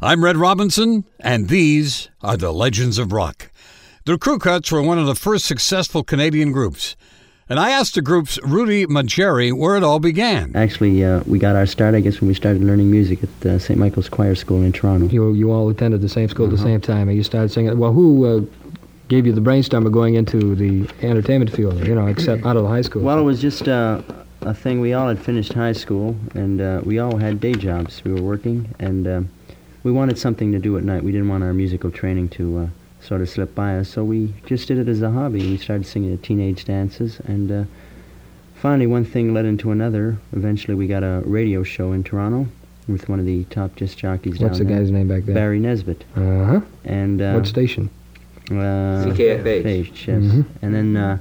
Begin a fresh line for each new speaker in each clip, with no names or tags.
I'm Red Robinson, and these are the Legends of Rock. The Crew Cuts were one of the first successful Canadian groups, and I asked the group's Rudy Maggieri where it all began.
Actually, uh, we got our start, I guess, when we started learning music at uh, St. Michael's Choir School in Toronto.
You, you all attended the same school at
Uh-huh.
the same time, and you started singing. Well, who uh, gave you the brainstorm of going into the entertainment field, you know, except out of the high school?
Well, it was just uh, a thing. We all had finished high school, and uh, we all had day jobs. We were working, and uh, we wanted something to do at night. We didn't want our musical training to uh, sort of slip by us, so we just did it as a hobby. We started singing at teenage dances, and uh, finally, one thing led into another. Eventually, we got a radio show in Toronto with one of the top disc jockeys
What's the
down there,
guy's name back there?
Barry Nesbitt,
Uh-huh.
and uh,
What station?
uh,
CKFH.
H, yes.
Mm-hmm.
And then uh,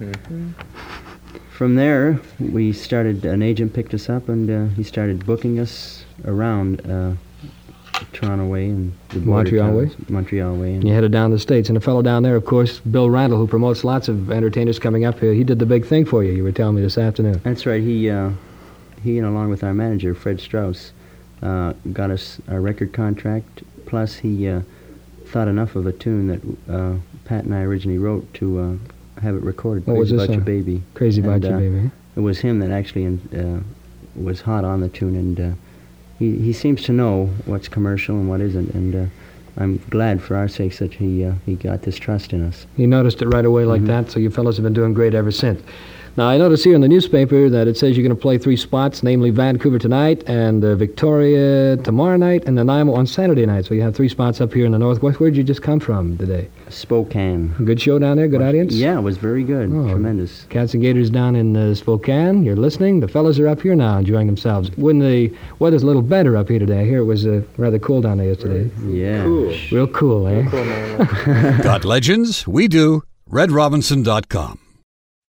from there, we started. An agent picked us up, and uh, he started booking us around uh, Toronto way and the border
Montreal way?
towns, Montreal way. And
You headed down to the States, and a fellow down there, of course, Bill Randall, who promotes lots of entertainers coming up here, he did the big thing for you, you were telling me this afternoon.
That's right. He uh, he and along with our manager Fred Strauss uh, got us a record contract. Plus, he uh, thought enough of a tune that uh, Pat and I originally wrote to uh, have it recorded.
What was
Crazy
this
about
song?
your baby?
Crazy about
And,
you,
uh,
baby. huh?
It was him that actually uh, was hot on the tune, and uh, he, he seems to know what's commercial and what isn't. And uh, I'm glad for our sakes that he uh, he got this trust in us.
You noticed it right away like that, so you fellows have been doing great ever since. Now, I notice here in the newspaper that it says you're going to play three spots, namely Vancouver tonight and uh, Victoria tomorrow night and Nanaimo on Saturday night. So you have three spots up here in the Northwest. Where'd you just come from today?
Spokane.
Good show down there, good audience?
Yeah, it was very good.
Oh.
Tremendous.
Cats and Gators down in uh, Spokane. You're listening. The fellas are up here now enjoying themselves. When the weather's a little better up here today, I hear it was uh, rather cool down there yesterday.
Yeah.
Cool.
Real cool, eh?
Got legends? We do. RedRobinson.com.